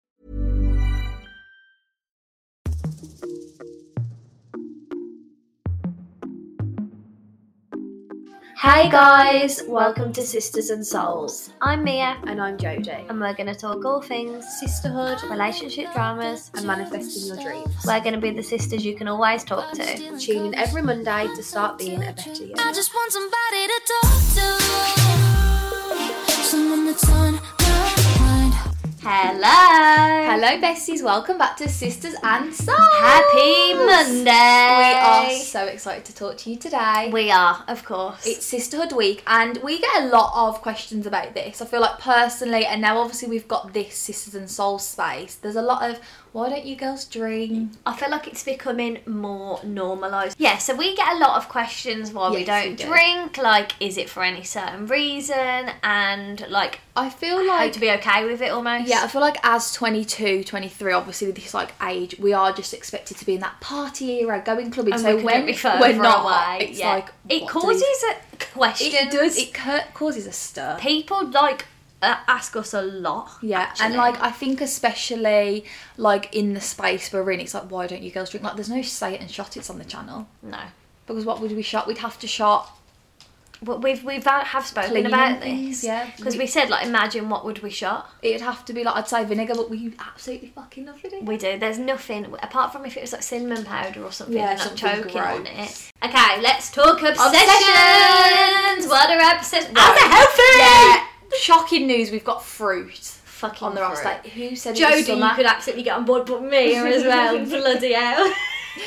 Hey guys, welcome to Sisters and Souls. I'm Mia, And I'm Jodie. and we're going to talk all things Sisterhood relationship dramas. and manifesting your dreams. We're going to be the sisters you can always talk to. Tune in every Monday to start being a better you. I just want somebody to talk to. Someone that's on my mind. Hello! Hello, besties. Welcome back to Sisters and Souls. Happy Monday! We are so excited to talk to you today. We are, of course. It's Sisterhood Week, and we get a lot of questions about this. I feel like personally, and now obviously we've got this Sisters and Souls space, there's a lot of why don't you girls drink? I feel like it's becoming more normalised. Yeah, so we get a lot of questions why we Yes, don't we do. drink, like, is it for any certain reason, and like, I feel how like to be okay with it almost. Yeah, I feel like as 22, 23, obviously with this like age, we are just expected to be in that party era, going clubbing. And so we when couldn't be we're further not, away. it's yeah. like it what do causes these- a question. It does. It cur- causes a stir. people like uh, ask us a lot. Yeah, actually. and like I think especially like in the space we're in, it's like why don't you girls drink? Like there's no say it and shot it's on the channel no, because what would we shot? We'd have to shot. but we've we've uh, have spoken Cleaning about things, this. yeah. because we said like imagine what would we shot. It'd have to be like I'd say vinegar, but we absolutely fucking love vinegar. We do. There's nothing apart from if it was like cinnamon powder or something. Yeah, Yeah, not something choking on gross. it. Okay, let's talk obsessions. Obsessions! What are obsessions? Right. As a healthy. Yeah. Shocking news. We've got fruit Fucking on the fruit. roster. who said it was Jodie, summer? you could absolutely get on board, but me as well. Bloody hell.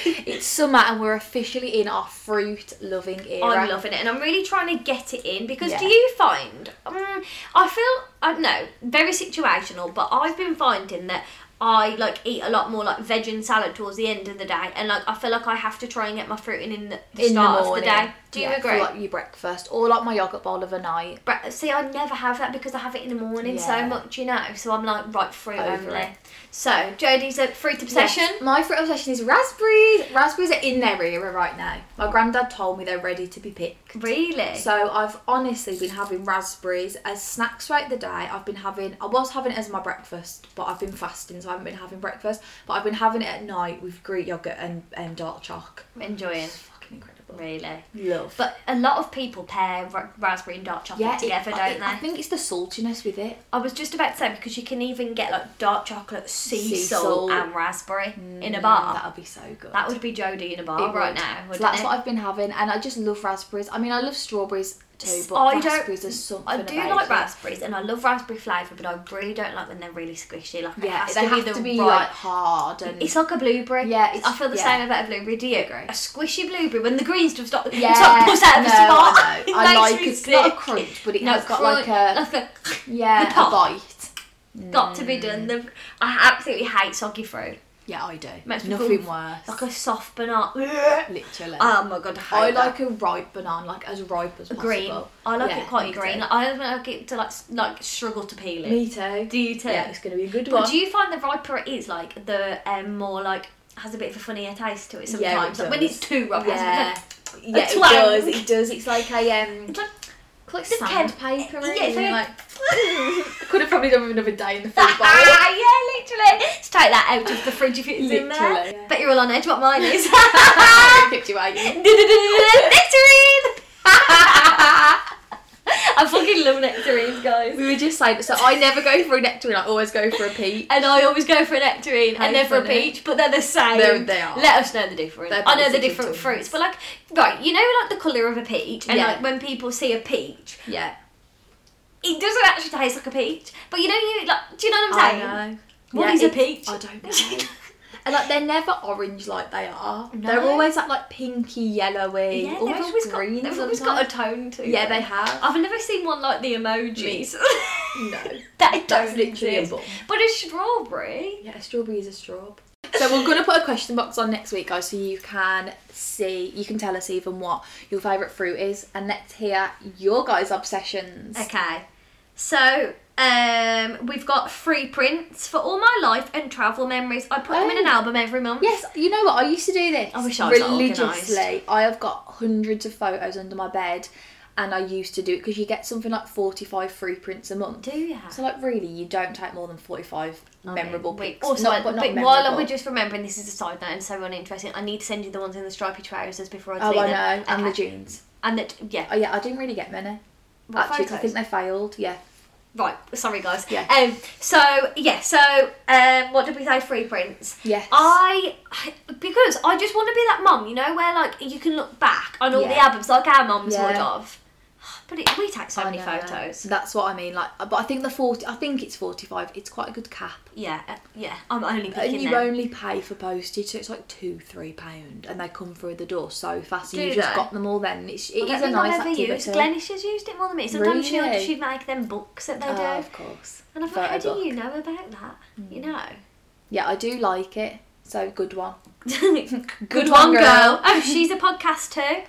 It's summer and we're officially in our fruit loving era. I'm loving it, and I'm really trying to get it in because do Yeah. you find? Um, I feel I don't know, very situational, but I've been finding that I like eat a lot more like veg and salad towards the end of the day, and like I feel like I have to try and get my fruit in in the, the start of the day. Do you Yeah, for, agree? like your breakfast or like my yogurt bowl of a night. Bre- See, I never have that because I have it in the morning Yeah. so much, you know. So I'm like right fruit Over only. it. So Jodie's a fruit obsession. Yes, My fruit obsession is raspberries. Raspberries are in their era right now. My granddad told me they're ready to be picked. Really? So I've honestly been having raspberries as snacks throughout the day. I've been having, I was having it as my breakfast, but I've been fasting, so I haven't been having breakfast. But I've been having it at night with Greek yogurt and um, dark chalk. enjoying. Fucking incredible. Really. Love. But a lot of people pair ra- raspberry and dark chocolate yeah, it- together, I- don't it- they? I think it's the saltiness with it. I was just about to say because you can even get like dark chocolate, sea, Sea salt, salt. Mm, and raspberry in a Oh, That bar. would be so good. Ah. That would be Jodie in a It bar right would. now. So wouldn't that's it? what I've been having, and I just love raspberries. I mean, I love strawberries too, but I raspberries don't. are something I do about like it. raspberries, and I love raspberry flavour, but I really don't like when they're really squishy. Like it Yeah, has they to have be the to be right. like hard and it's like a blueberry. Mm. Yeah, I it's- feel the yeah. same about a blueberry. Do you agree? agree. A squishy blueberry when the green stuff's not. Yeah, it's not pushed out of no, the spot. I know. It I makes like me it's not a sick. crunch, but it No, has got like crunch, a- like a yeah, the a pop. bite. Got to be done. The, I absolutely hate soggy fruit. Yeah, I do. Makes me Nothing feel worse. Like a soft banana. Literally. Oh my god, I hate I that. like a ripe banana, like as ripe as possible. green. I like Yeah, it quite me green. too. I don't like it to like s- like struggle to peel it. Me too. Do you too? Yeah, it's gonna be a good But one. do you find the riper it is like the um, more like has a bit of a funnier taste to it Yeah, it sometimes? like, when does. it's too ripe, it Yeah. has a Yeah, it twang. does. It does. It's like a um, bit of a- it's like It's like sandpaper. yeah, it's and, like- I could have probably done with another day in the food bowl. Ah, yeah, literally. Just take that out of the fridge if it's in there. Literally, yeah. Bet you're all on edge what mine is. Picked you out. you- nectarine! I fucking love nectarines, guys. We were just saying. So I never go for a nectarine. I always go for a peach. And I always go for a nectarine How and then for a funny. peach, but they're the same. They're- they are. Let us know the difference. They're I know the basically different twins. fruits, but like, right, you know, like the colour of a peach, and Yeah. like when people see a peach, Yeah. it doesn't actually taste like a peach, but you know, you like, do you know what I'm saying? I know. What is a peach? I don't know. and like they're never orange like they are. No. They're always that like pinky, yellowy, Yeah, they've almost always got, green. they've always got a sometimes. tone to Yeah, them. they have. I've never seen one like the emojis. No. that That's don't literally a exist. bum. But a strawberry. Yeah, a strawberry is a straw. So we're gonna put a question box on next week, guys, so you can see, you can tell us even what your favourite fruit is, and let's hear your guys' obsessions. Okay. So, um, we've got free prints for all my life and travel memories. I put them in an Oh. album every month. Yes, you know what? I used to do this I wish I was that religiously. I have got hundreds of photos under my bed, and I used to do it because you get something like forty-five free prints a month. Do ya? So like, really, you don't take more than forty-five memorable Oh, Wait, pics. also, Not- but, but not while memorable. we're just remembering, this is a side note and so uninteresting. I need to send you the ones in the stripy trousers before I oh, delete I know, them. and the Okay. jeans. And that, yeah. Oh yeah, I didn't really get many. What Actually, 'cause I photos? think they failed. Yeah. Right, sorry guys. Yeah. Um. So yeah. So um. What did we say? Free prints. Yes. I because I just want to be that mum, you know, where like you can look back on all the Yeah. albums like our mums would Yeah. have. But it, we take so I many know. photos. That's what I mean. Like, but I think the forty. I think it's forty-five. It's quite a good cap. Yeah. uh, Yeah. I'm only picking And you them. only pay for postage, so it's like two, three pound, and they come through the door so fast. And Do you've just they? got them all. Then it's it I is don't a think I've nice ever used. activity. Glennish has used it more than me. Sometimes she'll, Really? she'd make them books that they Oh, do. of course. Mm. And I thought, how Photo do you book. know about that? You know. Yeah, I do like it. So good one. Good, one, one, girl. girl. Oh, she's a podcast too.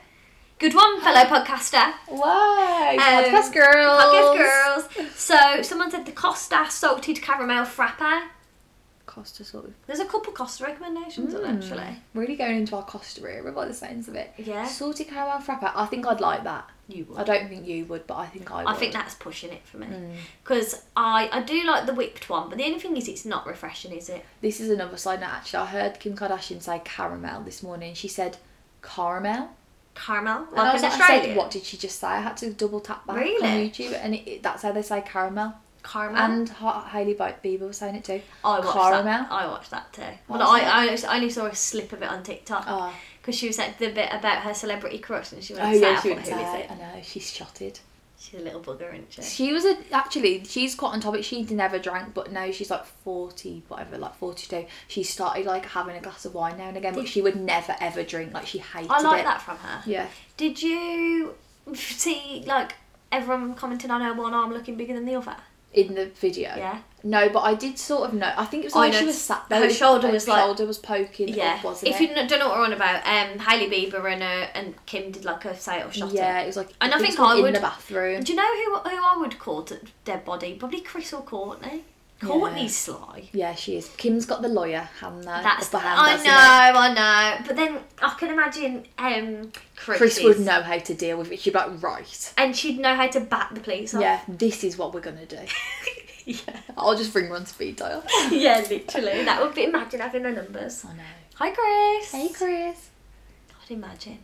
Good one, fellow podcaster. Wow, Um, podcast girls. Podcast girls. So someone said the Costa salted caramel frappe. Costa sort of There's a couple Costa recommendations on Hmm. it, actually. really going into our Costa era by the sounds of it. Yeah. Salty caramel frappe. I think I'd like that. You would. I don't think you would, but I think I would. I think that's pushing it for me Hmm. because I I do like the whipped one, but the only thing is it's not refreshing, is it? This is another side note. Actually, I heard Kim Kardashian say caramel this morning. She said caramel. Caramel, and I like was an like, I Australian. said, what did she just say? I had to double tap back on Really? YouTube, and it, it- that's how they say caramel. Caramel. And Ha- Hailey Bieber was saying it too. I watched caramel. that. I watched that too. But was I, it? I, only- I only saw a slip of it on TikTok Oh. because she was like the bit about her celebrity crush, and she went, Oh oh, yeah, out, she who wouldn't is say. it? I know she's shotted. She's a little bugger, isn't she? She was a actually she's quite on topic. She never drank, but now she's like forty, whatever, like forty two. She started like having a glass of wine now and again, but she would never ever drink. Like she hated I like it. that from her. Yeah. Did you see like everyone commenting on her one arm looking bigger than the other? in the video. Yeah. No, but I did sort of know. I think it was I like she know. was sat there. Her the- shoulder her was, like- shoulder was poking. Yeah. Yeah. Wasn't If it? you kn- don't know what we're on about, um, Hailey Bieber and uh, and Kim did like a sale shot. yeah, it was like. And I think it was I in would- the bathroom. Do you know who who I would call t- dead body? Probably Chris or Courtney. Courtney's sly. Yeah, she is. Kim's got the lawyer hand there. That's upper hand, I hasn't it? know, I know. But then I can imagine um, Chris, Chris would know how to deal with it. She'd be like, right. and she'd know how to bat the police. Off. Yeah, this is what we're gonna do. I'll just ring her on speed dial. yeah, literally. That would be imagine having their numbers. I know. Hi, Chris. Hey, Chris. I'd imagine.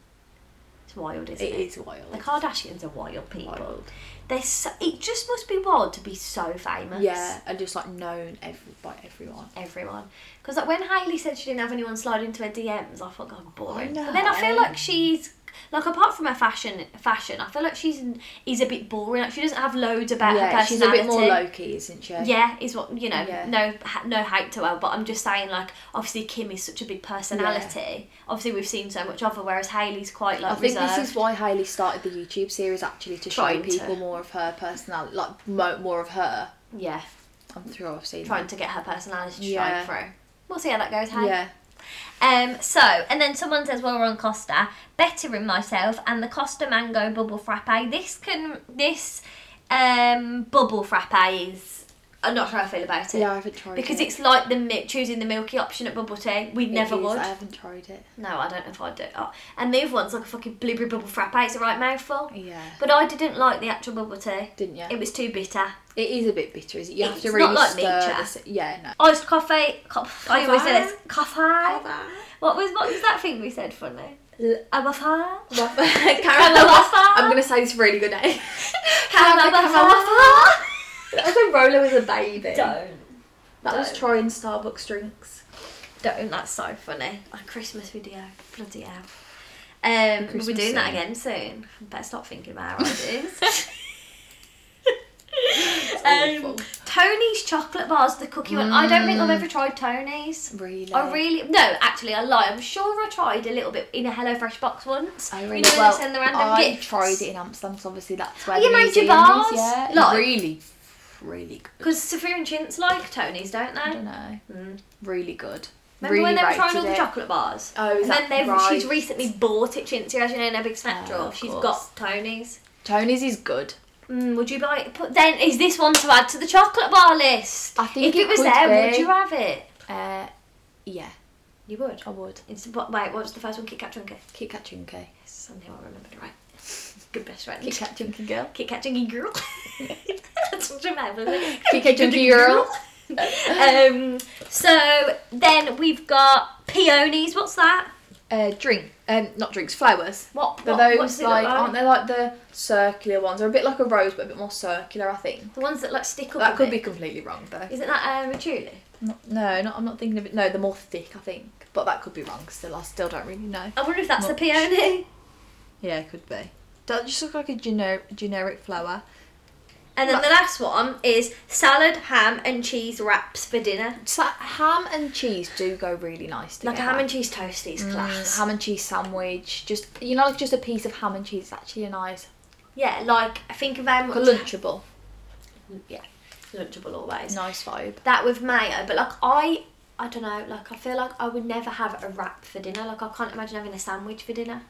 It's wild, isn't it? It is The wild. Kardashians are wild people. Wild. They're so, it just must be wild to be so famous. Yeah, and just like known every, by everyone. everyone. Because like when Hailey said she didn't have anyone slide into her DMs, I thought, God, boring. I But then I feel know. like she's Like apart from her fashion, fashion, I feel like she's is a bit boring. Like she doesn't have loads about her Yeah, she's a personality. bit more low key, isn't she? Yeah, is what you know. Yeah. No, ha- no hate to her, but I'm just saying, like, obviously Kim is such a big personality. Obviously, we've seen so much of her, whereas Hayley's quite like I think reserved. this is why Hayley started the YouTube series actually to show Trying to. people more of her personality, like mo- more of her. yeah, I'm sure I've seen. trying to get her personality to shine Yeah. through. We'll see how that goes. that. Hey. Yeah. Um. So, and then someone says, "Well, we're on Costa, bettering myself and the Costa Mango Bubble Frappe. This can this um bubble frappe is. I'm not sure how I feel about it. Yeah, I haven't tried because it. it's like the mi- choosing the milky option at bubble tea. We It never is, would. I haven't tried it. No, I don't know if I'd do it. Oh, and the other one's like a fucking blueberry bubble frappe. It's a right mouthful. Yeah. But I didn't like the actual bubble tea. Didn't ya? It was too bitter. It is a bit bitter, is it? You have It's to not really like stir. nature. this- yeah, no. Iced coffee. Co- I always say this. Coffee. Coffee. What was what was that thing we said funny? A waffle. Waffle. Caramel waffle. I'm gonna say this really good name. Caramel waffle. That was when Roller was a baby. Don't. That was trying Starbucks drinks. Don't. That's so funny. Our Christmas video. Bloody hell. Um, we're Christmas doing that sale. again soon. Better stop thinking about our ideas. um, Tony's chocolate bars, the cookie one. I don't think I've ever tried Tony's. Really? I really no, actually, I lie. I'm sure I tried a little bit in a HelloFresh box once. I You really know, well, they send the random I gifts. tried it in Amsterdam, so obviously that's where Oh, the you made your museum bars? is. Yeah, It's Like- really, really good. because Sophia and Chintz like Tony's, don't they? I don't know. Really good. Remember really when they were rated trying all the it. chocolate bars? Oh, is and that then they've, right? she's recently bought it, Chintzy, as you know, in her big snack Oh, drawer. of She's course. got Tony's. Tony's is good. Mm, would you buy it? But then, is this one to add to the chocolate bar list? I think if it it, was could there, be. would you have it? Uh, yeah, You would. I would. It's, what, wait, what was the first one? Kit Kat Chunky. Kit Kat Chunky. Somehow I remembered it right. Good best friend. Kit Kat Chunky girl. Kit Kat Chunky girl. That's what I remember. Kit Kat Chunky girl. um, so then we've got peonies. What's that? Uh, drink. Um, not drinks. Flowers. What? They're what- what those does it look like, like? aren't they like the circular ones? They're a bit like a rose, but a bit more circular. I think The ones that like stick up. that a could be bit. completely wrong though. Isn't that um, a tulip? Not- no, not, I'm not thinking of it. No, they're more thick. I think, but that could be wrong. Still, I still don't really know. I wonder if that's a Much. peony. Yeah, it could be. That just look like a gener- generic flower. And then the last one is salad, ham, and cheese wraps for dinner. So ham and cheese do go really nice Like together. a ham and cheese toasties class. Mm, ham and cheese sandwich. Just you know, like just a piece of ham and cheese is actually a nice, Yeah, like I think of how like a much. lunchable, Yeah, lunchable always. nice vibe. That with mayo, but like I, I don't know. Like I feel like I would never have a wrap for dinner. Like I can't imagine having a sandwich for dinner.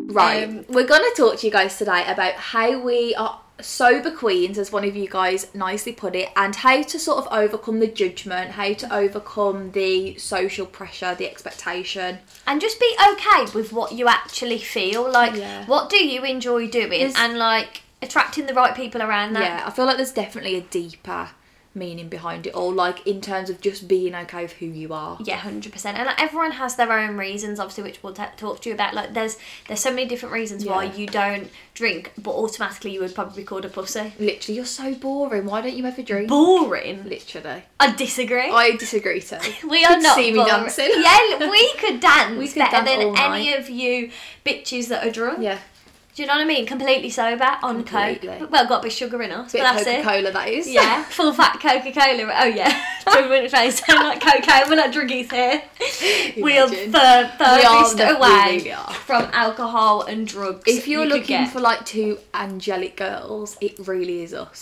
Right. Um, we're going to talk to you guys today about how we are sober queens, as one of you guys nicely put it, and how to sort of overcome the judgment, how to overcome the social pressure, the expectation. and just be okay with what you actually feel like Yeah. what do you enjoy doing There's- and like attracting the right people around that Yeah, I feel like there's definitely a deeper meaning behind it all, like in terms of just being okay with who you are. yeah 100% and like, everyone has their own reasons obviously which we'll t- talk to you about like there's there's so many different reasons why Yeah. you don't drink but automatically you would probably be called a pussy Literally, you're so boring. Why don't you ever drink? boring Literally. i disagree I disagree too. we are not see me boring. dancing. yeah we could dance We could better dance than all night. any of you bitches that are drunk Yeah. do you know what i mean completely sober on Completely. coke well got a bit of sugar in us Bit but that's Coca it Cola, that is. Yeah, full fat Coca Cola. Oh yeah, we wouldn't face sound like cocaine. We're not druggies here. We'll Imagine. fur- furthest the- we away really are. from alcohol and drugs. If you're you could looking get. for like two angelic girls, it really is us.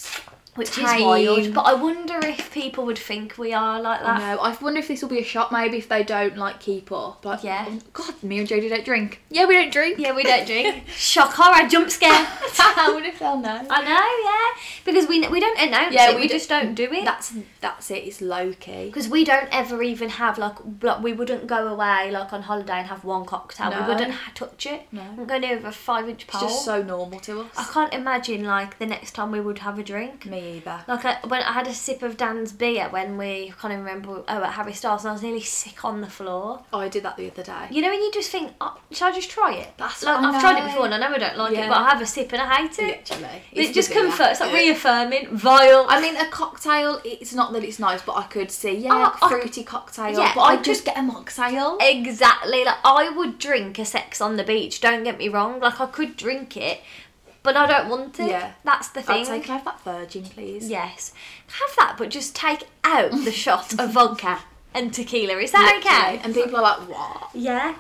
which time- is wild, but I wonder if people would think we are like that. No, I wonder if this will be a shock. Maybe if they don't like keep up, like Yeah. oh, God, me and Jodie don't drink. Yeah, we don't drink. Yeah, we don't drink. Shock horror, jump scare. I wonder if they'll know. I know, yeah, because we we don't announce Yeah, it. we We, don't- just don't do it. That's that's it. It's low key. because we don't ever even have like, like we wouldn't go away like on holiday and have one cocktail. No. We wouldn't ha- touch it. No. Wouldn't go near a five inch It's pole. Ah. just so normal to us. I can't imagine like the next time we would have a drink. Me me either. Like I, when I had a sip of Dan's beer when we I can't even remember oh at Harry Styles and I was nearly sick on the floor. Oh, I did that the other day. You know, and you just think, oh, should I just try it? That's like, what I I've tried it know. before and I know I don't like Yeah. it, but I have a sip and I hate it. Literally. It just giving comforts, it's that like bit. reaffirming, vile. I mean, a cocktail, it's not that it's nice, but I could see, yeah, Oh, like I- fruity cocktail. yeah, but I I'd just get a mocktail. Exactly. Like I would drink a sex on the beach. Don't get me wrong. Like I could drink it, but I don't want it. Yeah. That's the thing. I'd say, can I have that virgin, please? yes, have that, but just take out the shot of vodka and tequila. Is that Literally. okay? And people are like, what? Yeah,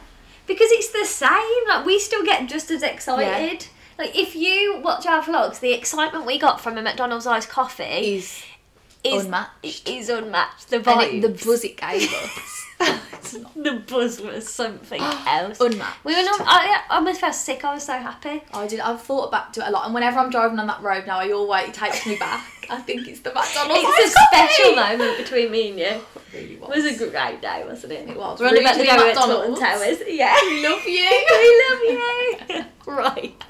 because it's the same. Like we still get just as excited. Like if you watch our vlogs, the excitement we got from a McDonald's iced coffee Is is unmatched. Is unmatched. The and vibe, it, the buzz it gave us. It's not- the buzz was something else. Unmatched. We were not. I, I almost felt sick. I was so happy. I did. I've thought back to it a lot, and whenever I'm driving on that road now, I always it takes me back. I think it's the McDonald's. It's a iced coffee. special moment between me and you. It really It was a great day, wasn't it? It was. We're on about to Really go at Taunton McDonald's. Towers. Yeah. We love you. we love you. right.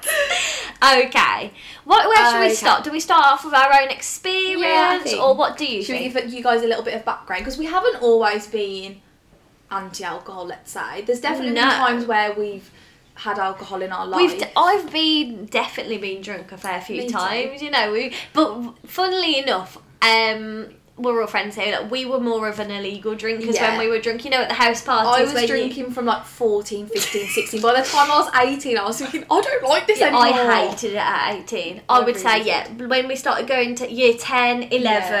Okay. What? Where should we Okay. start? Do we start off with our own experience, Yeah, I think- or what do you Should we think? give you guys a little bit of background? Because we haven't always been anti-alcohol. Let's say there's definitely No. been times where we've had alcohol in our life. We've d- I've been definitely been drunk a fair few Me too. times, you know. We, but funnily enough, um, we're all friends here. Like, we were more of an illegal drinkers Yeah. when we were drunk. You know, at the house parties. I was where you- drinking from like 14, 15, 16. By the time I was 18, I was thinking, I don't like this anymore. I hated it at 18. I, I would say, really yeah, when we started going to year 10, 11.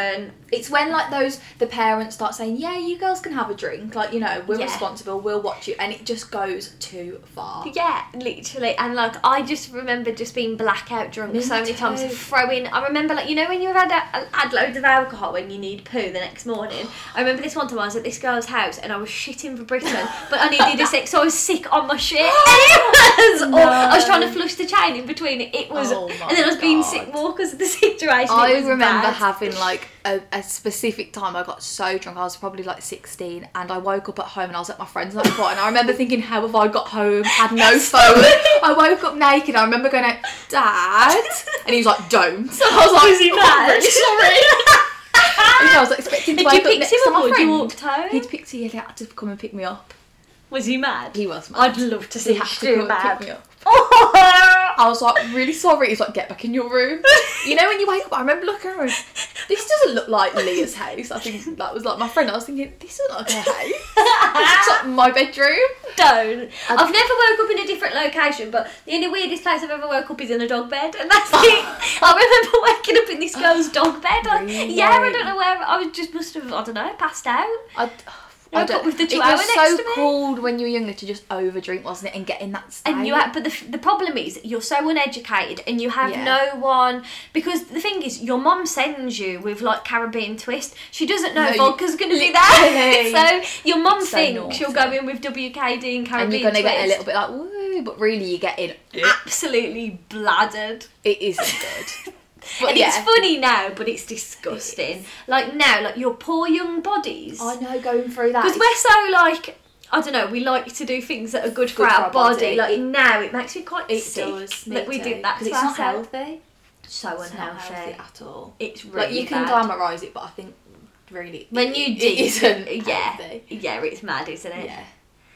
It's when like those the parents start saying, "Yeah, you girls can have a drink. Like you know, we're Yeah. responsible. We'll watch you," and it just goes too far. Yeah, literally. And like, I just remember just being blackout drunk Me so many times, too. throwing. I remember, like, you know, when you had a, had loads of alcohol when you need poo the next morning. I remember this one time I was at this girl's house and I was shitting for Britain, but I needed a six, so I was sick on my shit. And it was. aw- I was trying to flush the chain in between. It, it was. Oh my and then I was being sick God. more because of the situation. I It was remember bad. having like a, a specific time I got so drunk. I was probably like 16 and I woke up at home and I was at my friend's night before. And I remember thinking, How have I got home? Had no phone. I woke up naked. I remember going out, Dad. And he was like, Don't. So I was like, Was he "Oh, mad?" really sorry. And I was expecting to Did you wake up pick next him to up my or did you friend. walk home? He'd picked he had to come and pick me up. Was he mad? He was mad. I'd love to see He him had to do come and mad. pick me up. Oh! I was like, really sorry. He's like, get back in your room. You know, when you wake up, I remember looking around. This doesn't look like Leah's house. I think that was like my friend. I was thinking, this isn't like her house. It's like my bedroom. Don't. I've never woke up in a different location, but the only weirdest place I've ever woke up is in a dog bed, and that's it. I remember waking up in this girl's dog bed. I- Really? Yeah, I don't know where. I was just must have. I don't know. Passed out. I, Woke up don't- with the it chihuahua was next so to me. cool when you were younger to just overdrink, wasn't it? And get in that state. And you, ha- but the, f- the problem is you're so uneducated and you have Yeah. no one because the thing is your mum sends you with like Caribbean twist. She doesn't know No, you- vodka's gonna do that. Literally. so your mum It's so thinks you'll go naughty. in with WKD and Caribbean and you're gonna twist. get a little bit like woo, but really you get in. absolutely bladdered. It isn't good. But and yeah. it's funny now, but it's disgusting. Like now, like your poor young bodies. I know going through that. Because we're so like, I don't know, we like to do things that are good, for, Good our, body. Like now, it makes me quite it sick does. that we did that to because it's not ourselves. healthy. So unhealthy. It's not healthy at all. It's really like you can bad. glamorize it, but I think really when it- you it do, isn't yeah, healthy. yeah, it's mad, isn't it? yeah.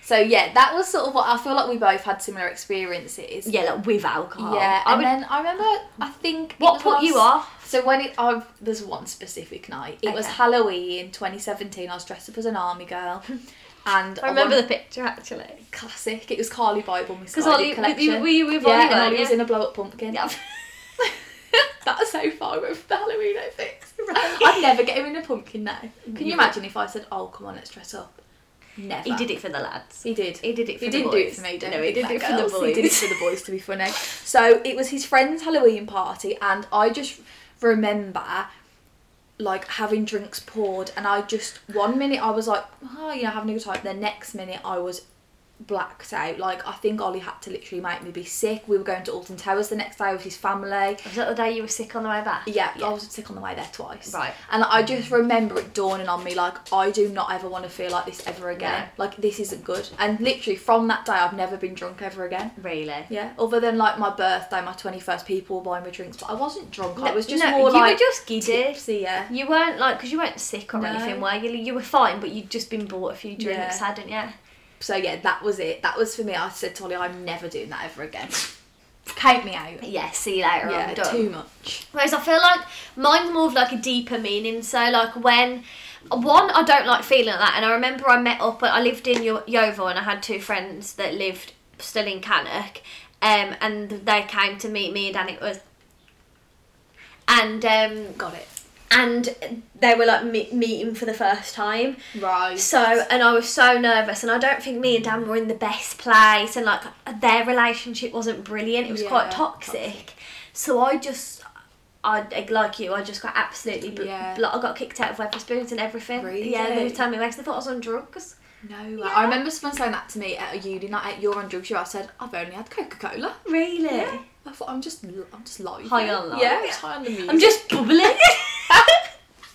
So yeah, that was sort of what I feel like we both had similar experiences. Yeah, like with alcohol. Yeah, I and would, then I remember I think it What was put when I you was- off? So when it, I've, there's one specific night. It was Okay. Halloween 2017. I was dressed up as an army girl, and I remember won- the picture actually. classic. It was Carly Bible Miss 'Cause Ollie- Ollie with you- collection. were you with yeah, Ollie, and weren't Ollie was you? in a blow up pumpkin. Yeah. That's so far away from the Halloween outfits. I'd never get him in a pumpkin now. Can you imagine if I said, "Oh, come on, let's dress up"? Never. He did it for the lads. He did. He did it for he the didn't do it boys. for me, don't No, you he think did it that, for the girls? He did it boys. for the boys to be funny. So it was his friend's Halloween party, and I just remember like having drinks poured, and I just one minute I was like, oh, you know, having a good time. The next minute I was blacked out. Like I think Ollie had to literally make me be sick. We were going to Alton Towers the next day with his family. Was that the day you were sick on the way back? Yeah, I was sick on the way there twice. Right. And I just remember it dawning on me like I do not ever want to feel like this ever again. Like this isn't good. And literally from that day I've never been drunk ever again. Really? Yeah. Other than like my birthday, my twenty first people were buying me drinks, but I wasn't drunk. I No, was just no, more you were like just giddy. tipsy, yeah. You weren't like because you weren't sick or No. anything, were you? You were fine, but you'd just been bought a few drinks, Yeah. hadn't you? So yeah, that was it. That was for me. I said to Ollie, I'm never doing that ever again. Count me out. Yeah. See you later. Yeah, I'm done. too much. Whereas I feel like mine's more of like a deeper meaning. So like when one, I don't like feeling like that, and I remember I met up. I lived in Yo- Yeovil, and I had two friends that lived still in Cannock, um, and they came to meet me, and it was. And um, Got it. and they were like me- meeting for the first time. Right. So and I was so nervous, and I don't think me and Dan were in the best place, and like their relationship wasn't brilliant. It was Yeah, quite toxic. So I just, I like you. I just got absolutely, bl- Yeah. like, I got kicked out of Weatherspoons and everything. Really? Yeah, they were telling me because they thought I was on drugs. No, way. I remember someone saying that to me at a uni night at You're on Drugs. You, I said I've only had Coca Cola. Really? I thought I'm just, I'm just live. High on life. Yeah, I was high on the music. I'm just bubbly.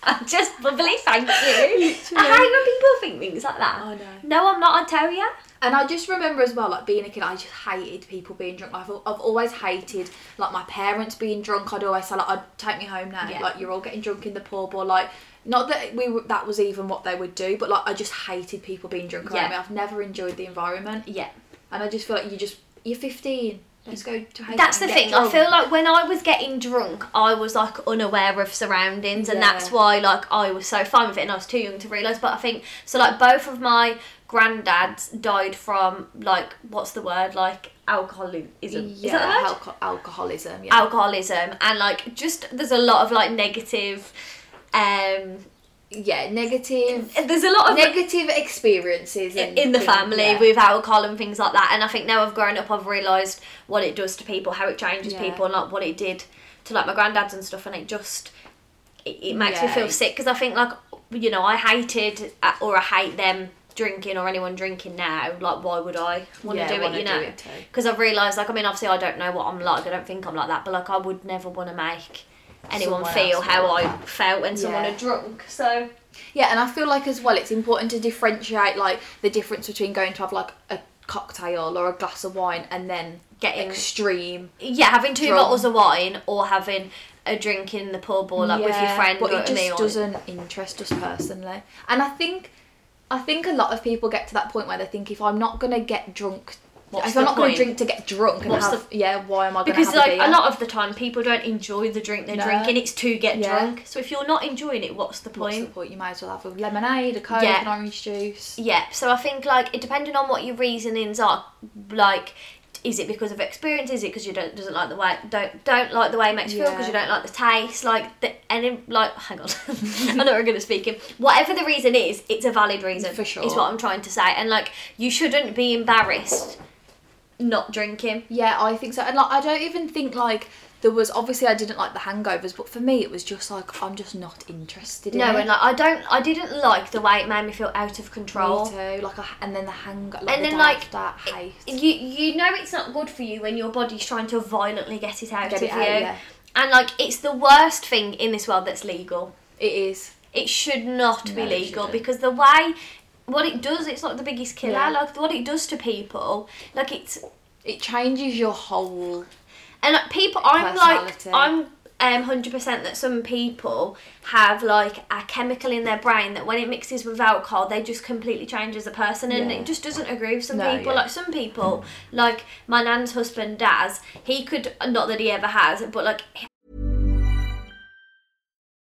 I'm just bubbly. Thank you. How do people think things like that? I know. No, I'm not. I tell you. And I just remember as well, like being a kid, I just hated people being drunk. I've, al- I've always hated like my parents being drunk. I'd always say like, "I'd take me home now." Yeah. Like you're all getting drunk in the pub, or like not that we were, that was even what they would do, but like I just hated people being drunk around Yeah. me. I've never enjoyed the environment, Yeah. and I just feel like you just you're 15. Let's go to Hayes That's the and get thing. I drunk. feel like when I was getting drunk, I was like unaware of surroundings, and Yeah. that's why like I was so fine with it, and I was too young to realise. But I think so. Like both of my granddads died from like what's the word like alcoholism. Is yeah, that the word? alco- alcoholism. Yeah. Alcoholism and like just there's a lot of like negative. Um, yeah, negative. there's a lot of Negative experiences and in the things, family yeah. with alcohol and things like that. And I think now I've grown up, I've realised what it does to people, how it changes Yeah. people, and like what it did to like my granddads and stuff. And it just it, it makes me Yeah. feel sick because I think like you know I hated uh, or I hate them drinking or anyone drinking now. Like why would I want to Yeah, do it? wanna You do know, it too. because I've realised like I mean obviously I don't know what I'm like. I don't think I'm like that, but like I would never want to make anyone Someone feel else how I felt when someone Yeah. had drunk. So Yeah, and I feel like as well, it's important to differentiate like the difference between going to have like a cocktail or a glass of wine and then Getting- extreme. yeah, having two Drunk. bottles of wine or having a drink in the pub or like with your Yeah, friend but or it at a meal. just doesn't interest us personally. And I think, I think a lot of people get to that point where they think if I'm not gonna get drunk, What's if I'm the not going point? to drink to get drunk and What's have yeah, why am I going to because have like a a, beer? lot of the time people don't enjoy the drink they're No. drinking. It's to get Yeah. drunk. So if you're not enjoying it, what's the What's point? the point? You might as well have a lemonade, a coke, Yeah. an orange juice. Yeah. So I think like it depending on what your reasonings are, like. Is it because of experience? Is it because you don't doesn't like the way don't don't like the way it makes you feel because Yeah. you don't like the taste? Like the any like hang on, I know we're gonna speak him. Whatever the reason is, it's a valid reason. For sure. is what I'm trying to say. And like you shouldn't be embarrassed not drinking. Yeah, I think so. And like, I don't even think like there was obviously I didn't like the hangovers, but for me it was just like I'm just not interested in No, it. and like I don't, I didn't like the way it made me feel out of me control. too. Like, I, and then the hang, like, And the then day like after, it- hate. you, you know it's not good for you when your body's trying to violently get it out of Get it you. out, yeah. And like it's the worst thing in this world that's legal. it is. It should not be it legal shouldn't. because the way what it does, it's like the biggest killer. Yeah. Like what it does to people, like it's It changes your whole. And like, people, I'm like, Personality. I'm um hundred percent that some people have like a chemical in their brain that when it mixes with alcohol, they just completely change as a person, and Yeah. it just doesn't agree with some No, people. yeah. Like some people, like my nan's husband Daz, he could not that he ever has, but like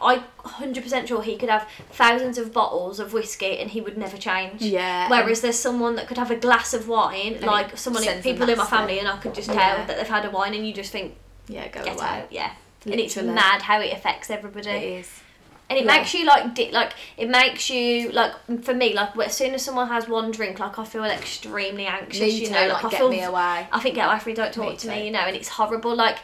I 100% sure he could have thousands of bottles of whiskey and he would never change. Yeah. Whereas there's someone that could have a glass of wine, like someone, sends them people in my back, so- family, and I could just tell Yeah. that they've had a wine and you just think, Yeah, go get away. out, yeah. And Literally. it's mad how it affects everybody. It is. and it Yeah. makes you like di- like it makes you like for me like as soon as someone has one drink like I feel extremely anxious Me you too, know like, I get feel me away. I think get away from me don't talk Me to too. me you know and it's horrible like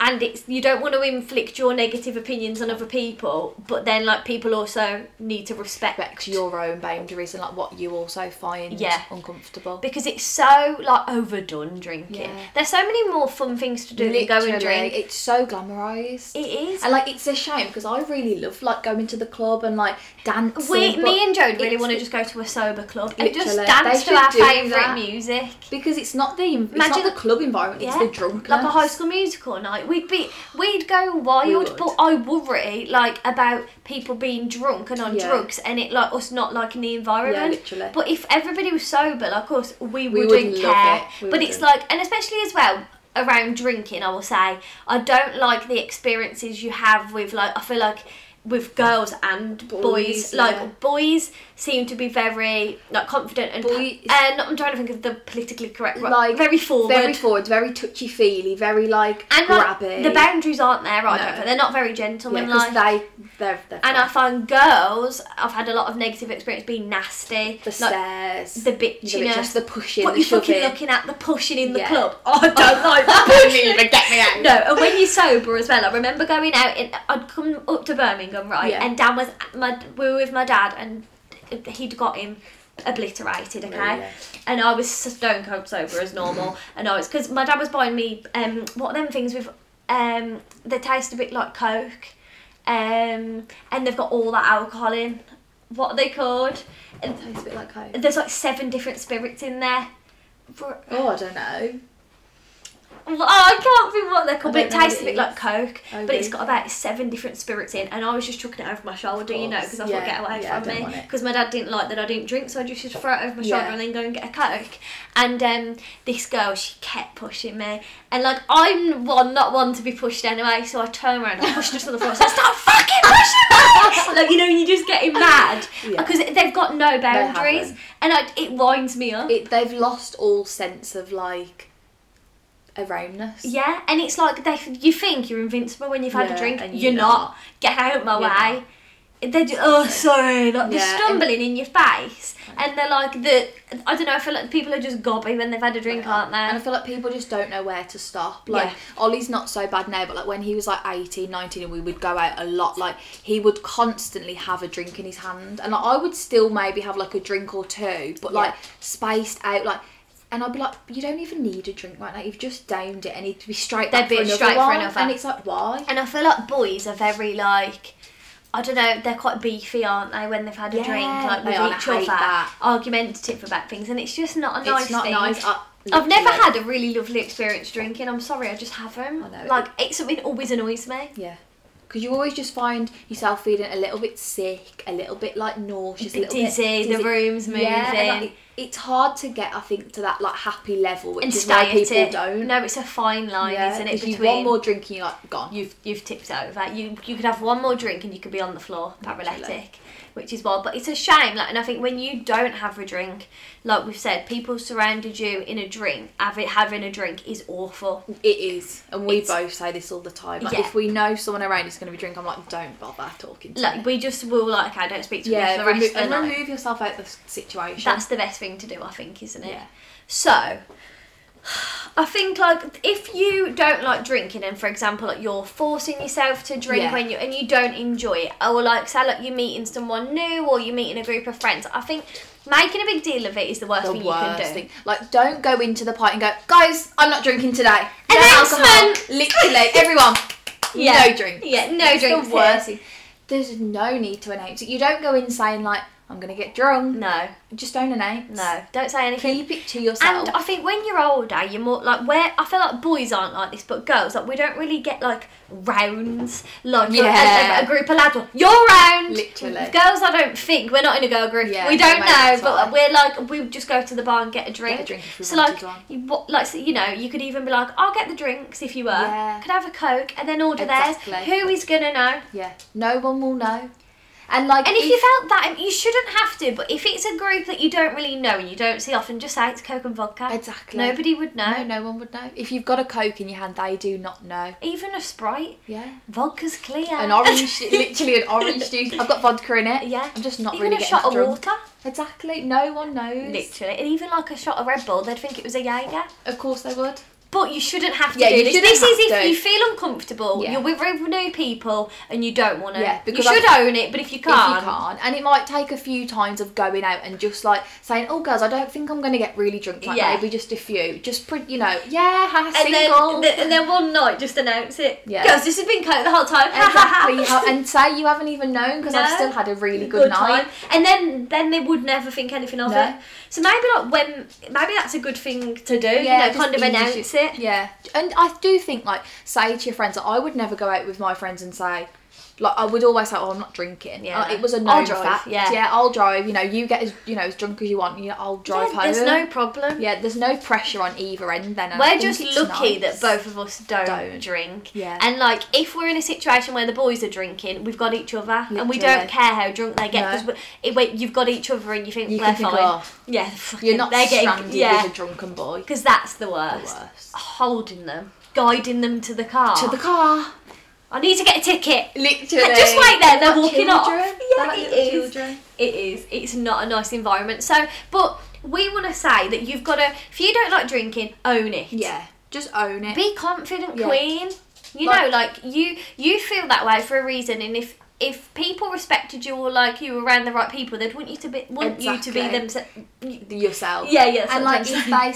and it's you don't want to inflict your negative opinions on other people but then like people also need to respect, Back to your own boundaries and like what you also find Yeah. uncomfortable. because it's so like overdone drinking Yeah. there's so many more fun things to do than go and drink It's so glamorised. it is And like it's a shame because I really love like going to the club and like dancing. we, but me and Jode really it's- want to just go to a sober club and just Literally, dance they to our should do favourite that. music. because it's not the it's Imagine- not the club environment. It's the drunk Like a high school musical night. We'd be we'd go wild, would. but I worry like about people being drunk and on Yeah. drugs and it like us not liking the environment. Yeah, literally. But if everybody was sober like us, we, We wouldn't would care. love it. We but would it's love like and especially as well around drinking I will say, I don't like the experiences you have with like I feel like with girls and boys, Boys, like yeah. boys seem to be very like confident and Boys- and I'm trying to think of the politically correct word. Like very forward very forward, very touchy feely, very like and like, grabby. the boundaries aren't there, right? No. But they're not very yeah, gentlemanly. 'cause they they're, they're and I find girls, I've had a lot of negative experience being nasty, the like, stairs, the bitchiness, bitchiness, the pushing, what the you're fucking shoving. looking at, the pushing in the Yeah. club. Oh, I don't like pushing. Even get me out. No, and when you're sober as well, I remember going out and I'd come up to Birmingham, right? Yeah. And Dan was my we were with my dad and he'd got him obliterated, Oh, okay? And I was stone cold sober as normal, and I was because my dad was buying me um what are them things with um they taste a bit like Coke, um and they've got all that alcohol in. What are they called? And Tastes a bit like coke. there's like seven different spirits in there. Bro- Oh, I don't know. Well, oh, I can't think what they're called, I but it don't know tastes a what bit it like is. Coke. Oh, but it's really? got about seven different spirits in, and I was just chucking it over my shoulder, you know, course. because I Yeah, thought get away yeah, I from don't me. want it. Because my dad didn't like that I didn't drink, so I just used to throw it over my Yeah. shoulder and then go and get a Coke. And um, this girl, she kept pushing me, and like I'm one, not one to be pushed anyway, so I turned around and pushed her to the floor. I said, "Stop fucking pushing me!" like you know, you just getting mad Yeah. because they've got no boundaries, haven't. and I, it winds me up. It, they've lost all sense of like aroundness. Yeah, and it's like they you think you're invincible when you've had a Yeah, drink, and you're, you're not. Get out my way. They do, oh sorry, like Yeah, they're and- stumbling in your face, and they're like the I don't know. I feel like people are just gobby when they've had a drink, aren't And I they? feel like people just don't know where to stop. Like, Yeah. Ollie's not so bad now, but like when he was like 18, 19, and we would go out a lot, like he would constantly have a drink in his hand. And like, I would still maybe have like a drink or two, but like spaced out, like. And I'd be like, you don't even need a drink right now. You've just downed it, and he'd be straight. They'd back be for another straight for one. another. And it's like, why? And I feel like boys are very like. I don't know, they're quite beefy, aren't they, when they've had a Yeah, drink, like they with are, and I each hate other, that. argumentative about things, and it's just not a nice it's not thing. nice. I, I've never literally- had a really lovely experience drinking. I'm sorry, I just haven't. I know. Like, it's something that always annoys me. Yeah. Because you always just find yourself feeling a little bit sick, a little bit like nauseous, a Bit little dizzy, bit the room's Yeah, and, like, moving. it- it's hard to get, I think, to that like happy level, which and is stay why at people it. don't. No, it's a fine line, yeah, isn't it? if you between want more drinking, you're like gone. you've you've tipped over. You you could have one more drink and you could be on the floor, Literally. paralytic, which is wild. But it's a shame. Like, and I think when you don't have a drink, like we've said, people surrounded you in a drink. Having having a drink is awful. it is, and we It's- both say this all the time. Like Yeah. if we know someone around is going to be drinking, I'm like, don't bother talking to Like me. we just will like okay, don't speak to me yeah, for the remo- rest of and the night. remove yourself out of the s- situation. That's the best thing to do, I think, isn't it? Yeah. So, I think like if you don't like drinking, and for example, like you're forcing yourself to drink Yeah. when you and you don't enjoy it, or like say like you're meeting someone new or you're meeting a group of friends, I think making a big deal of it is the worst the thing worst you can do. thing. Like, don't go into the party and go, guys, I'm not drinking today. No Announcement! alcohol. Literally, everyone, Yeah. no drinks. Yeah, no It's drinks The here. worst. thing. There's no need to announce it. You don't go in saying like, I'm gonna get drunk. No, Just own an eight. no, don't say anything. Keep it to yourself. And I think when you're older, you're more like where I feel like boys aren't like this, but girls like we don't really get like rounds like a- Yeah. a, a group of lads. will, You're round. Literally. girls. I don't think we're not in a girl group. Yeah, we don't no, know, that's but fine. we're like we just go to the bar and get a drink. Get a drink if we so like wanted one. you what, like so, you know you could even be like I'll get the drinks if you were. Yeah. Could I have a coke and then order theirs. Exactly. Who is gonna know? yeah, no one will know. And like, And if you felt that, you shouldn't have to, but if it's a group that you don't really know and you don't see often, just say it's Coke and vodka. Exactly. Nobody would know. no, no one would know. If you've got a coke in your hand, they do not know. Even a Sprite. Yeah. Vodka's clear. An orange, literally an orange juice. I've got vodka in it. yeah. I'm just not even really a getting shot of drunk. water. Exactly. No one knows. Literally. And even like a shot of Red Bull, they'd think it was a Jaeger. Of course they would. But you shouldn't have to Yeah, do you this. shouldn't This is have if to. you feel uncomfortable, Yeah. you're with, with new people and you don't want to. Yeah, you because should I've- own it, but if you If can't. you can't, and it might take a few times of going out and just like saying, "Oh, girls, I don't think I'm going to get really drunk. Like Yeah. maybe just a few, just pre- you know, yeah, ha, And then, single." th- and then one night, just announce it. Yeah. Girls, this has been Coke the whole time. Ha, ha, ha. exactly. how- and say you haven't even known because I've No. still had a really good, night. time. And then then they would never think anything of No. it. So maybe like when maybe that's a good thing to do. you know, just kind of ease announce it. Yeah, and I do think like say to your friends, like, I would never go out with my friends and say. Like I would always say, "Oh, I'm not drinking." Yeah. Yeah, it was a I'll known drive, fact. yeah. yeah, I'll drive. You know, you get as you know as drunk as you want. You know, I'll drive Yeah, home. There's no problem. Yeah, there's no pressure on either end then. and I We're think just it's lucky that nice. both of us don't, Don't. drink. Yeah. And like, if we're in a situation where the boys are drinking, we've got each other, and we Literally. don't care how drunk they get No. because you've got each other, and you think You they're can think, fine. "Oh, yeah, You're not they're getting- stranded yeah, with a drunken boy. because that's the worst. worst. Holding them, guiding them to the car. To the car. I need to get a ticket. Literally. Just wait there, they're Like walking children. off. They're like it little is. children. It is. It's not a nice environment. So, but we want to say that you've got to, if you don't like drinking, own it. Yeah. Just own it. Be confident, Yeah. queen. You Like- know, like you you feel that way for a reason, and if if people respected you or like you were around the right people, they'd want you to be want you to be Exactly. themselves. yourself. Yeah, yeah, that's And what like I'm if saying. they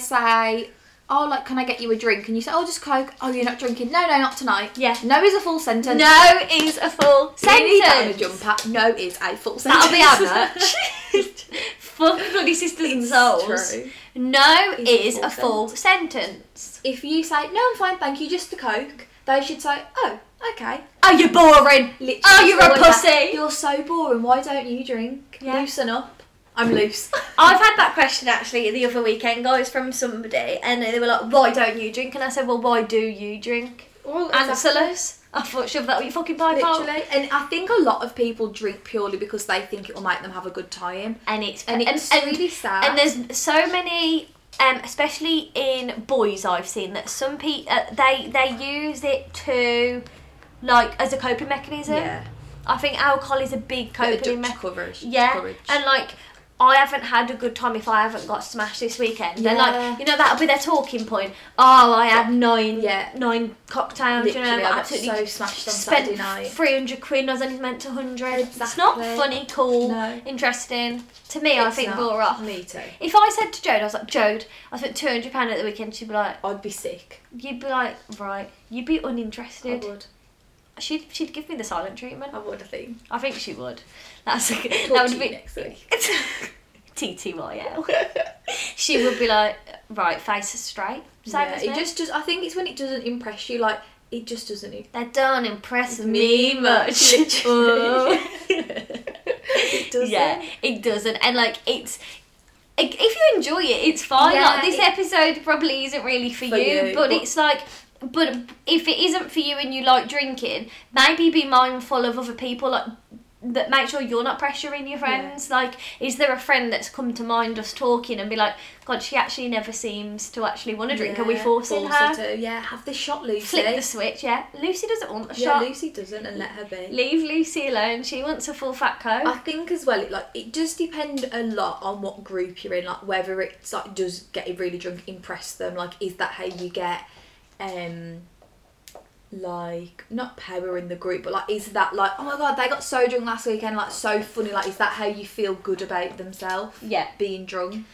say, Oh, like can I get you a drink? And you say, Oh just Coke, oh you're not drinking. No, no, not tonight. Yeah. No is a full sentence. No is a full You need that on a sentence. jumper. No is a full sentence. That'll be our merch. Fuck bloody sisters and souls. true. No It's is a a full full sentence. If you say, No, I'm fine, thank you, just the Coke, they should say, Oh, okay. Oh, you're boring. Literally, oh, you're a someone pussy. like, You're so boring. Why don't you drink? Yeah. Loosen up. I'm loose. I've had that question actually the other weekend, guys, from somebody, and they were like, "Why don't you drink?" And I said, "Well, why do you drink?" Well, Answer us. I thought shove that up your fucking pipe hole. Literally, and I think a lot of people drink purely because they think it will make them have a good time. and it's And it's really sad. And there's so many, um, especially in boys, I've seen that some people uh, they they use it to, like, as a coping mechanism. Yeah. I think alcohol is a big coping Dutch mechanism. courage, Yeah, courage. and like. I haven't had a good time if I haven't got smashed this weekend. Then Yeah. like, you know, that'll be their talking point. Oh, I had nine, Yeah. nine cocktails. you Literally, know, I got absolutely so smashed on spent Saturday night. three hundred quid. I was only meant to hundred. It's not Exactly. funny, cool, No. interesting. To me, I It's think not. bore off. Me too. If I said to Jode, I was like, Jode, I spent two hundred pound at the weekend. She'd be like, I'd be sick. you'd be like, right, you'd be uninterested. I would. She'd she'd give me the silent treatment. I would. I think. I think she would. That's a, that Talk would to you be next week. TTYL. she would be like, right, face is straight. Same Yeah, as it me. just does. I think it's when it doesn't impress you. Like it just doesn't. They don't impress me much. literally. Oh. It doesn't. yeah, it doesn't. And like it's like, if you enjoy it, it's fine. Yeah, like this it- episode probably isn't really for, For you, you, but, but- it's like but if it isn't for you and you like drinking, maybe be mindful of other people like that make sure you're not pressuring your friends. Like, is there a friend that's come to mind us talking and be like, God, she actually never seems to actually want to drink. Are we Yeah, forcing force her? to. Yeah, have the shot, Lucy. Flip the switch, yeah. Lucy doesn't want a yeah, shot. Lucy doesn't, and let her be. Leave Lucy alone. She wants a full fat coke. I think as well, it like it does depend a lot on what group you're in. Like whether it's like does getting really drunk impress them. Like is that how you get, um, like not power in the group, but like is that like oh my god they got so drunk last weekend, like so funny. Like is that how you feel good about themselves? Yeah. being drunk.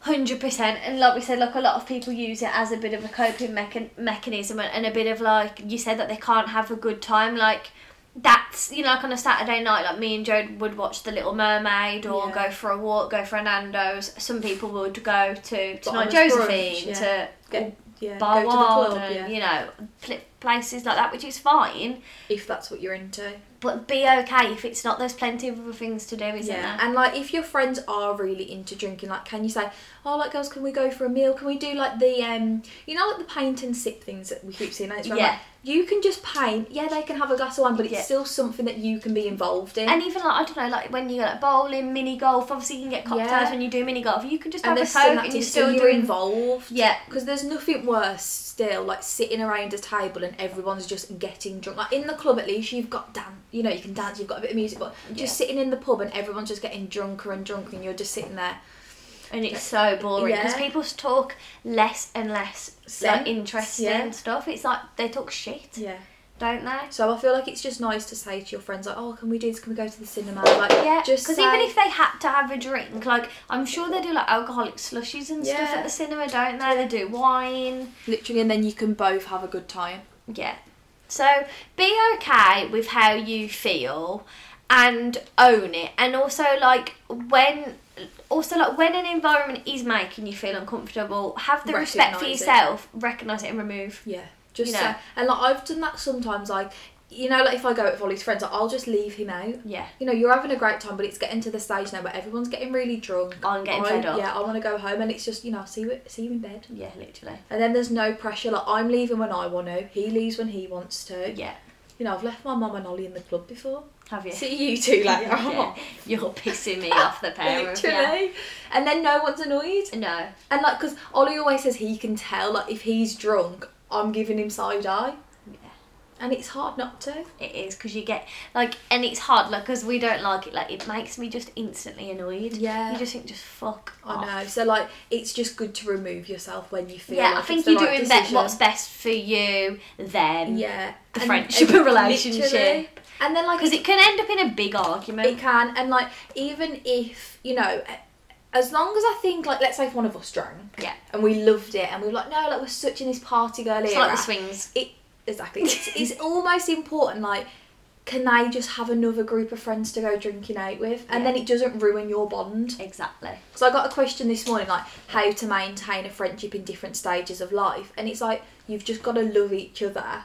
Hundred percent, and like we said, like a lot of people use it as a bit of a coping mechan- mechanism and and a bit of like you said that they can't have a good time. Like that's you know like on a Saturday night, like me and Jode would watch The Little Mermaid or Yeah. go for a walk, go for a Nando's. Some people would go to But Tonight on a brunch, Josephine yeah. to Get- yeah, Bar go to the Wild club, and yeah. you know pl- places like that, which is fine. if that's what you're into. But be okay if it's not. There's plenty of other things to do, isn't Yeah, there? and like if your friends are really into drinking, like can you say, oh, like girls, can we go for a meal? Can we do like the um, you know, like the paint and sip things that we keep seeing? It's Yeah. Like, you can just paint. Yeah, they can have a glass of wine, but it's Yeah. still something that you can be involved in. And even like I don't know, like when you go like bowling, mini golf. Obviously, you can get cocktails Yeah. when you do mini golf. You can just have and a there's still coke and activity, you're so still you're doing involved. Yeah. because there's nothing worse still like sitting around a table and everyone's just getting drunk. Like in the club, at least you've got dance. You know, you can dance. You've got a bit of music, but just sitting in the pub and everyone's just getting drunker and drunker, and you're just sitting there. and it's so boring because Yeah. people talk less and less like Sense, interesting yeah. stuff. It's like they talk shit, Yeah. don't they? So I feel like it's just nice to say to your friends like, oh, can we do this? Can we go to the cinema? Like, Yeah, just because say- even if they had to have a drink, like I'm sure they do like alcoholic slushies and stuff Yeah. at the cinema, don't they? They do wine. literally, and then you can both have a good time. Yeah. So be okay with how you feel and own it. And also like when also like when an environment is making you feel uncomfortable, have the respect for Recognise it. yourself, recognise it and remove. Yeah, just You know. say, and like I've done that sometimes. Like, you know, like if I go with Ollie's friends, like, I'll just leave him out. Yeah. You know, you're having a great time, but it's getting to the stage now where everyone's getting really drunk. I'm getting I- fed up. Yeah, I want to go home, and it's just you know, I'll see you, see you in bed. Yeah, literally. And then there's no pressure. Like I'm leaving when I want to. He leaves when he wants to. Yeah. You know, I've left my mum and Ollie in the club before. Have you? See you two later. I'm Yeah. not- You're pissing me off the pair of you. Literally. And then no one's annoyed. No. And like, because Ollie always says he can tell, like, if he's drunk, I'm giving him side eye. And it's hard not to. It is because you get like, and it's hard, like, because we don't like it. Like, it makes me just instantly annoyed. Yeah. you just think, just fuck. off. I know. So like, it's just good to remove yourself when you feel. Yeah, like I think it's the you're right doing be- decision. what's best for you, them, Yeah, the And- friendship, and a relationship. literally. And then like, Because it can end up in a big argument. It can, and like even if you know, as long as I think like let's say if one of us drank, Yeah. and we loved it, and we were like, no, like we're such in this party girl It's era. like the swings. It exactly. It's, it's almost important like. Can they just have another group of friends to go drinking out with, and Yeah. then it doesn't ruin your bond? Exactly. Because I got a question this morning, like how to maintain a friendship in different stages of life, and it's like you've just got to love each other,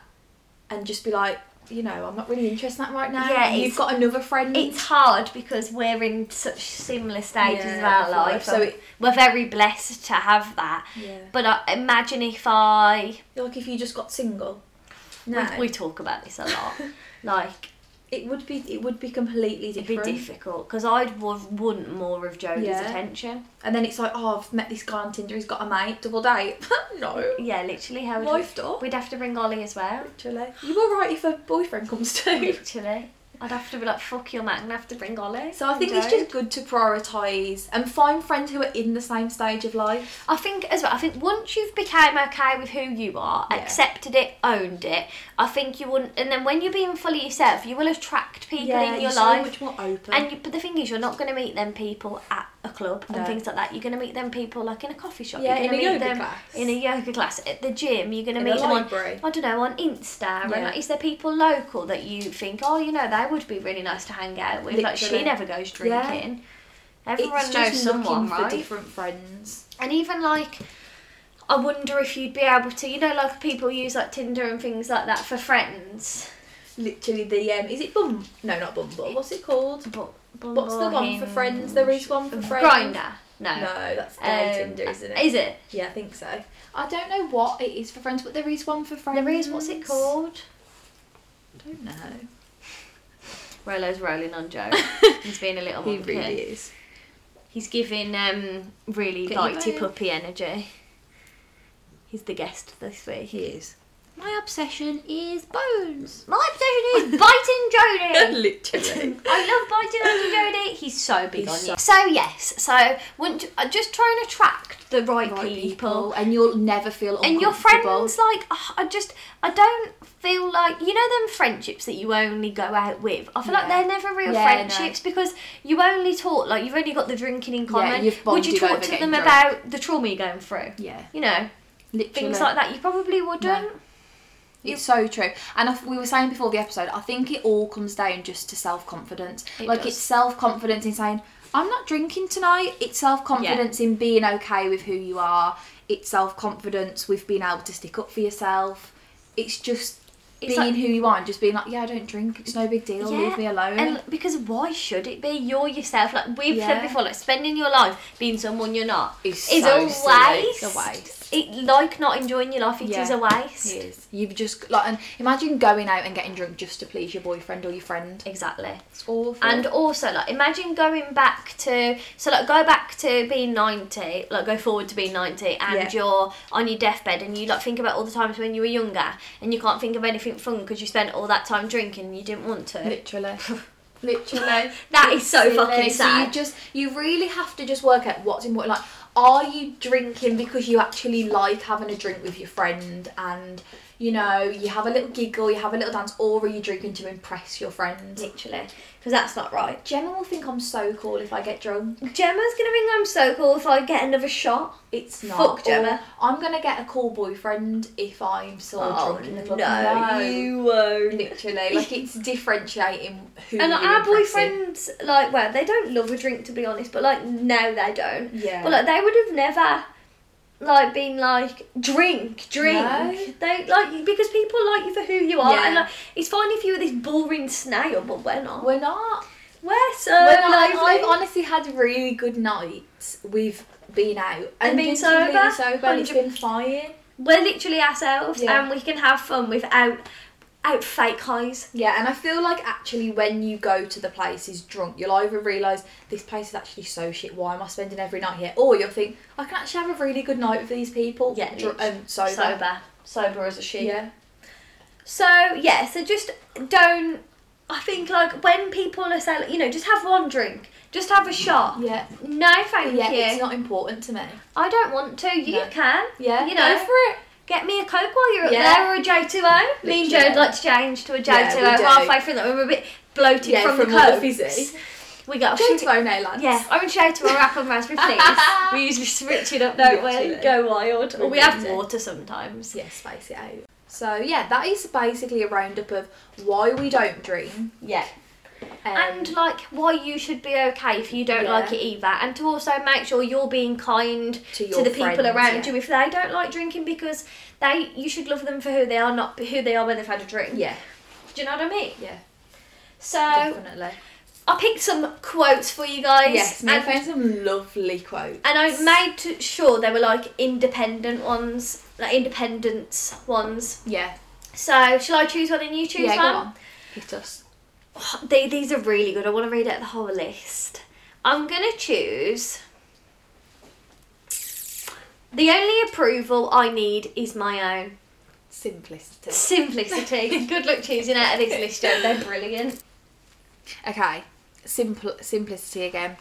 and just be like, you know, I'm not really interested in that right now. Yeah, it's- you've got another friend. It's hard because we're in such similar stages Yeah, of our of life, life, so so it- we're very blessed to have that. Yeah. But I, imagine if I Like if you just got single, we- no, we, talk about this a lot, like it would be it would be completely it'd be different. difficult because I'd wa- want more of Jodie's Yeah. attention. And then it's like, oh, I've met this guy on Tinder. He's got a mate. Double date. no, Yeah, literally. How would Wifed we, up. We'd have to bring Ollie as well. literally. You were right if a boyfriend comes too. Literally. I'd have to be like, fuck your man, and have to bring Ollie. So I think it's just good to prioritise and find friends who are in the same stage of life. I think as well, I think once you've become okay with who you are, Yeah. accepted it, owned it, I think you wouldn't, and then when you're being fully yourself, you will attract people in your you're life. so much more open. and you, but the thing is, you're not going to meet them people at a club and No. things like that. You're going to meet them people like in a coffee shop. Yeah, you're gonna in a meet yoga them class. In a yoga class at the gym. You're going to In meet a them on, library. I don't know, on Insta. And Yeah. like, is there people local that you think, oh, you know, they would be really nice to hang out with? Like she Literally. never goes Yeah. drinking. Everyone it's knows just someone, looking right? for different friends. and even like I wonder if you'd be able to, you know, like people use like Tinder and things like that for friends. Literally, the um, is it Bum? No, not Bumble. What's it called? But What's the one for friends? There is one for friends. Grinder. No. No, that's Um, Tinder, isn't it? Is it? Yeah, I think so. I don't know what it is for friends, but there is one for friends. There is. What's it called? I don't know. Rolo's rolling on Joe. He's being a little He monkey. really is. He's giving um really Get your lighty vibe. puppy energy. He's the guest this week. He is. My obsession is bones. My obsession is biting Jodie. Literally. I love biting on you, Jodie. He's so big He's on so- you. So yes, so wouldn't uh, just try and attract the right, Right people. people, and you'll never feel And your uncomfortable. friends, like, ugh, I just, I don't feel like, you know, them friendships that you only go out with. I feel like Yeah. they're never real Yeah, no. friendships because you only talk, like, you've only got the drinking in common. you've would you bonded talk over to getting them drunk. about the trauma you're going through? Yeah. You know, Literally. things like that. You probably wouldn't. It's so true. And if we were saying before the episode, I think it all comes down just to self confidence. It like, does. it's self confidence in saying, I'm not drinking tonight. It's self confidence in being okay with who you are. It's self confidence with being able to stick up for yourself. It's just It's being like- who you are and just being like, yeah, I don't drink. It's no big deal. Leave me alone. And l- because why should it be? You're yourself. Like we've Yeah. said before, like spending your life being someone you're not Is is so a silly. waste. It's a waste. It, like not enjoying your life, It is Yeah. a waste. It is. You've just, like, and imagine going out and getting drunk just to please your boyfriend or your friend. Exactly. It's awful. And also, like, imagine going back to so like go back to being ninety, like go forward to being ninety, and Yeah. you're on your deathbed, and you like think about all the times when you were younger, and you can't think of anything fun because you spent all that time drinking and you didn't want to. Literally. Literally. That is so Literally. fucking So you sad. just you really have to just work out what's important. Like, are you drinking because you actually like having a drink with your friend and you know, you have a little giggle, you have a little dance, or are you drinking to impress your friend? Literally, because that's not right. Gemma will think I'm so cool if I get drunk. Gemma's gonna think I'm so cool if I get another shot. It's not. Fuck Gemma. Or I'm gonna get a cool boyfriend if I'm so Oh, drunk in the club. won't. Literally, like it's differentiating who. And you're like, our impressing. boyfriends, like, well, they don't love a drink to be honest, but like now they don't. Yeah. But like they would have never, like, been like drink, drink. No. They like because people like you for who you are, Yeah. and like it's fine if you were this boring snail, but we're not. We're not. We're so When I, lively. I've honestly had really good nights with being out and being been sober, completely sober. and It's 100 been fine. We're literally ourselves, Yeah. and we can have fun without, out fake highs. Yeah, and I feel like actually when you go to the places drunk, you'll either realise this place is actually so shit. Why am I spending every night here? Or you'll think I can actually have a really good night with these people. Yeah, dr- literally. um, sober. sober, sober as a sheep. Yeah. So yeah, so just don't. I think like when people are saying, you know, just have one drink, just have a shot. Yeah. No, thank Yeah, you. it's not important to me. I don't want to. You No. can. Yeah, You know. go for it. Get me a coke while you're up Yeah. there, or a J2O. Me and Literally. Joe'd like to change to a J2O Yeah, we do. halfway through that. We were a bit bloated Yeah, from, from the all the coke. fizzy. We got Go to Monet Lands. yeah, orange shout to our apple raspberry, please. we usually switch it up, don't we? Literally. Go wild. Or we have Amazing. water sometimes. Yeah, space it out. So yeah, that is basically a roundup of why we don't dream. Yeah. Um, and like why you should be okay if you don't Yeah. like it either and to also make sure you're being kind To to, your the people friends, around yeah. you if they don't like drinking because they you should love them for who they are not who they are when they've had a drink yeah, do you know what i mean yeah, so definitely. i picked some quotes for you guys Yes, we and, found some lovely quotes. and i made t- sure they were like independent ones like independence ones yeah, so shall i choose one and you choose yeah, one go on, hit us. They, these are really good. I want to read out the whole list. I'm going to choose. The only approval I need is my own. Simplicity. Simplicity. good luck choosing out of this list, Joe. They're brilliant. Okay, simple simplicity again.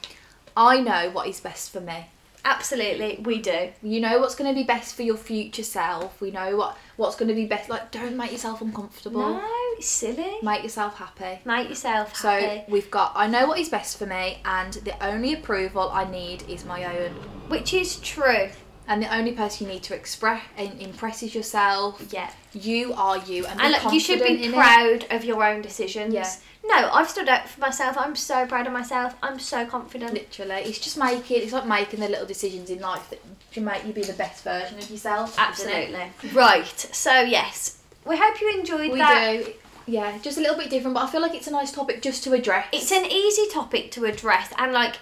I know what is best for me. Absolutely, we do. You know what's going to be best for your future self. We know what what's going to be best. Like, don't make yourself uncomfortable. No, it's silly. Make yourself happy. Make yourself So happy. we've got. I know what is best for me, and the only approval I need is my own. Which is true. And the only person you need to express and impress is yourself. Yeah. You are you, and, be And like you should confident be in it. proud of your own decisions. Yeah. No, I've stood up for myself. I'm so proud of myself. I'm so confident. Literally, it's just making. It's like making the little decisions in life that can make you be the best version of yourself. isn't it? Absolutely. Right. So yes, we hope you enjoyed We that. do. Yeah, just a little bit different, but I feel like it's a nice topic just to address. It's an easy topic to address, and like.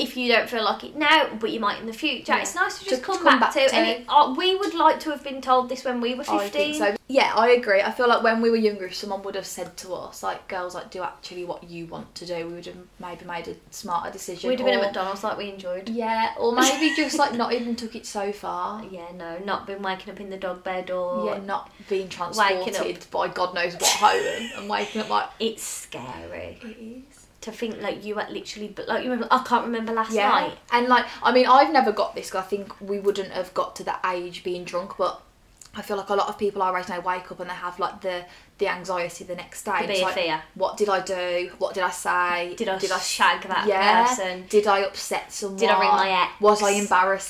If you don't feel like it now, but you might in the future, it's nice to To- just to come, come back, back to. And to. it, uh, we would like to have been told this when we were fifteen. I think so. Yeah, I agree. I feel like when we were younger, if someone would have said to us, like, girls, like, do actually what you want to do, we would have maybe made a smarter decision. We'd have been or- at McDonald's like we enjoyed. Yeah, or maybe just like not even took it so far. Yeah, no, not been waking up in the dog bed or. Yeah, not being transported by God knows what home and waking up like It's scary. It is. To think like you were literally, but like you remember, I can't remember last yeah. night. And like, I mean, I've never got this. 'cause I think we wouldn't have got to that age being drunk, but I feel like a lot of people are right now wake up and they have like the the anxiety the next day. Could be It's a like, fear. What did I do? What did I say? Did I shag that person? Did I upset someone? Did I ring my ex? Was I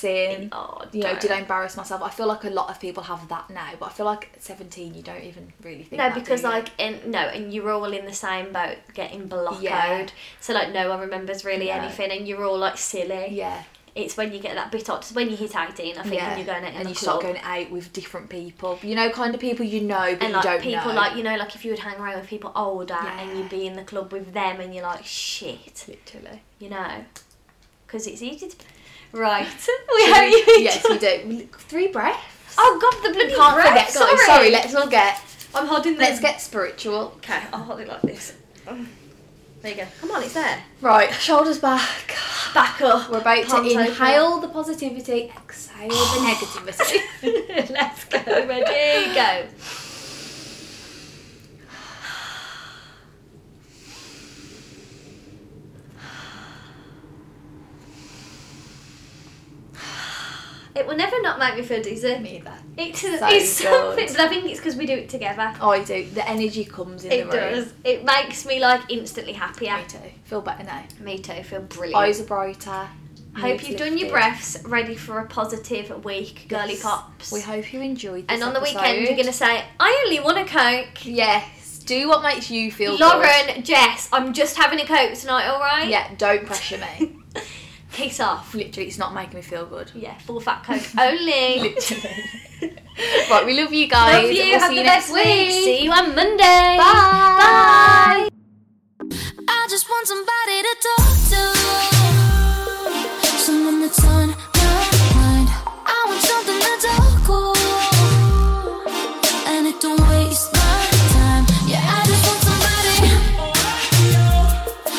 embarrassing? Oh, you know, don't. did I embarrass myself? I feel like a lot of people have that now, but I feel like at seventeen you don't even really think. No, that, do because you? like in no, and you were all in the same boat getting blockoed. Yeah. So like no one remembers really No. anything, and you're all like silly. yeah, It's when you get that bit off. It's when you hit eighteen, I think, yeah, and you're going out in and the you club. start going out with different people. You know, kind of people you know, but and you like don't people know. like you know like if you would hang around with people older and Yeah. you'd be in the club with them and you're like shit literally. you know because it's easy to right we hope you yes, you do. Three breaths. oh god the bloody Can't breath, forget, sorry guys. Sorry, let's all get. I'm holding the Let's get spiritual. okay I'll hold it like this Um, there you go come on it's there Right, shoulders back. back up We're about Palms to open. inhale the positivity, exhale the negativity. let's go ready go It will never not make me feel dizzy. Me either. It's, So it's something, good. but I think it's because we do it together. Oh, I do. The energy comes in It the room. does. It makes me like instantly happier. Me too. Feel better now. Me too. Feel brilliant. Eyes are brighter. I hope mood's you've done your lifted. breaths, ready for a positive week, girly Yes. cops. We hope you enjoyed this and on the episode. weekend, you're gonna say, "I only want a coke." Yes. Do what makes you feel good. Lauren, Jess, I'm just having a coke tonight. All right. Yeah, don't pressure me. Piss off. Literally, it's not making me feel good. Yeah, full fat coke only. Right, we love you guys. Love you. We'll Have the see you best next week. week. See you on Monday. Bye. Bye. I just want somebody to talk to. Someone that's on my mind. I want something that's all cool. And it don't waste my time. Yeah, I just want somebody.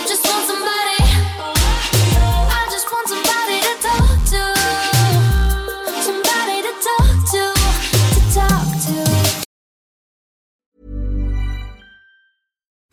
Just want somebody. I just want somebody to talk to. Somebody to talk to. To talk to.